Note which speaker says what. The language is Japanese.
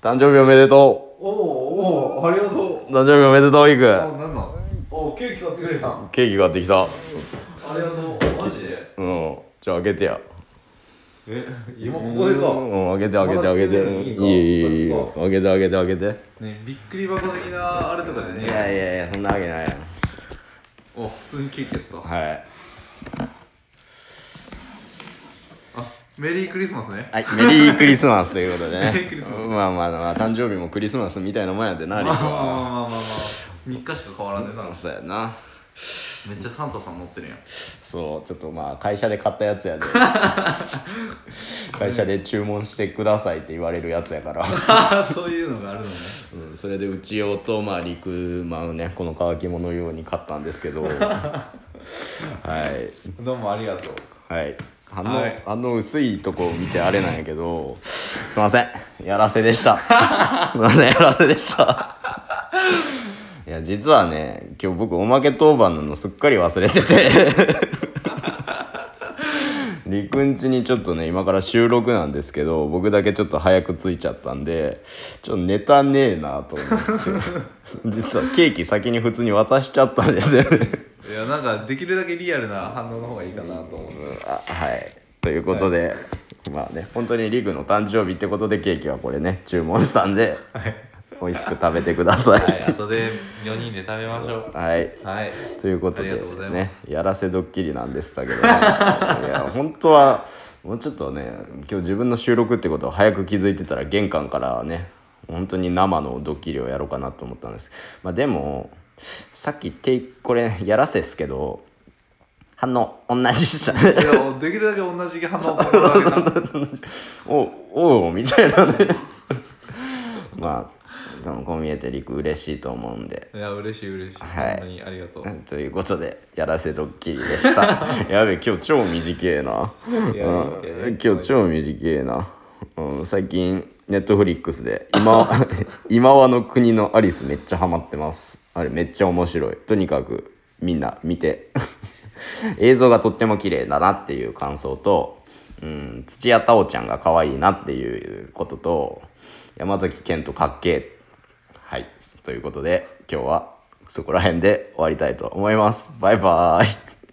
Speaker 1: 誕生日おめでと
Speaker 2: おおおありがと
Speaker 1: う誕生日おめでとうり
Speaker 2: うあ
Speaker 1: く
Speaker 2: なんなんおケーキ買ってくれたあ
Speaker 1: ケーキ買ってきた
Speaker 2: りがとうマジで
Speaker 1: うんじゃあ開けてや
Speaker 2: え今ここで
Speaker 1: う
Speaker 2: か
Speaker 1: ん開けて開けて開けてい
Speaker 2: まだ来てない
Speaker 1: い
Speaker 2: のに
Speaker 1: よいいよいい
Speaker 2: そっ
Speaker 1: よ
Speaker 2: か
Speaker 1: 開けて開けて開けて
Speaker 2: ねびっくり箱的なあれとかで
Speaker 1: い
Speaker 2: ね
Speaker 1: やいやいやそんなわけないやん
Speaker 2: お普通にケーキやった
Speaker 1: はい
Speaker 2: あメリークリスマスね
Speaker 1: はい、メリークリスマスということ でね。
Speaker 2: メリークリスマス
Speaker 1: まあまあまあ、誕生日もクリスマスみたいなもんやでな、リ
Speaker 2: ま
Speaker 1: コ
Speaker 2: あまあ ま
Speaker 1: は。
Speaker 2: あまあまあ3日しか変わらんねえなめっ
Speaker 1: そうやな。
Speaker 2: ちゃサンタさん乗ってるやん
Speaker 1: そう、ちょっとまあ、会社で買ったやつ やで。会社で注文してくださいって言われるやつやから。
Speaker 2: あーそういうのがあるのね
Speaker 1: うん、それで、うち用と、まあ、陸、まあね、この乾き物用に買ったんですけど。はい。
Speaker 2: どうもありがとう
Speaker 1: はい。反応、
Speaker 2: はい
Speaker 1: 反応薄いとこ見てあれなんやけど、すいません。やらせで した。すいません、やらせでした。いや、実はね、今日僕おまけ当番なのすっかり忘れてて。 りくんちにちょっとね、今から収録なんですけど、僕だけちょっと早く着いちゃったんで、ちょっとネタねえなと思って。 実はケーキ先に普通に渡しちゃったんですよね。
Speaker 2: いやなんかできるだけリアルな反応の方がいいかなと思う
Speaker 1: あはいということで、まあね本当にリグの誕生日ってことでケーキはこれね注文したんで、美味しく食べてください
Speaker 2: はい後で4人で食べましょ
Speaker 1: はい、
Speaker 2: うはい
Speaker 1: ということで
Speaker 2: ありがとうございま
Speaker 1: ねやらせドッキリなんでしたけど、ね、いや本当はもうちょっとね今日自分の収録ってことを早く気づいてたら玄関からね本当に生のドッキリをやろうかなと思ったんですまあでもさっきテイクこれやらせっすけど反応同じでした
Speaker 2: いやできるだけ同じ反応を心がけた
Speaker 1: おおうみたいなね まあでもこう見えてりく嬉しいと思うんで
Speaker 2: いや嬉しい嬉しい、
Speaker 1: はい
Speaker 2: 本当にありがとう
Speaker 1: ということでやらせドッキリでしたやべ今日超短えな、
Speaker 2: いや
Speaker 1: うん今日超短えな、うん、最近ネットフリックスで今「今はの国のアリス」めっちゃハマってますあれめっちゃ面白いとにかくみんな見て映像がとっても綺麗だなっていう感想と、うん、土屋太鳳ちゃんが可愛いなっていうことと山崎賢人かっけえはい。ということで、今日はそこら辺で終わりたいと思います。バイバーイ。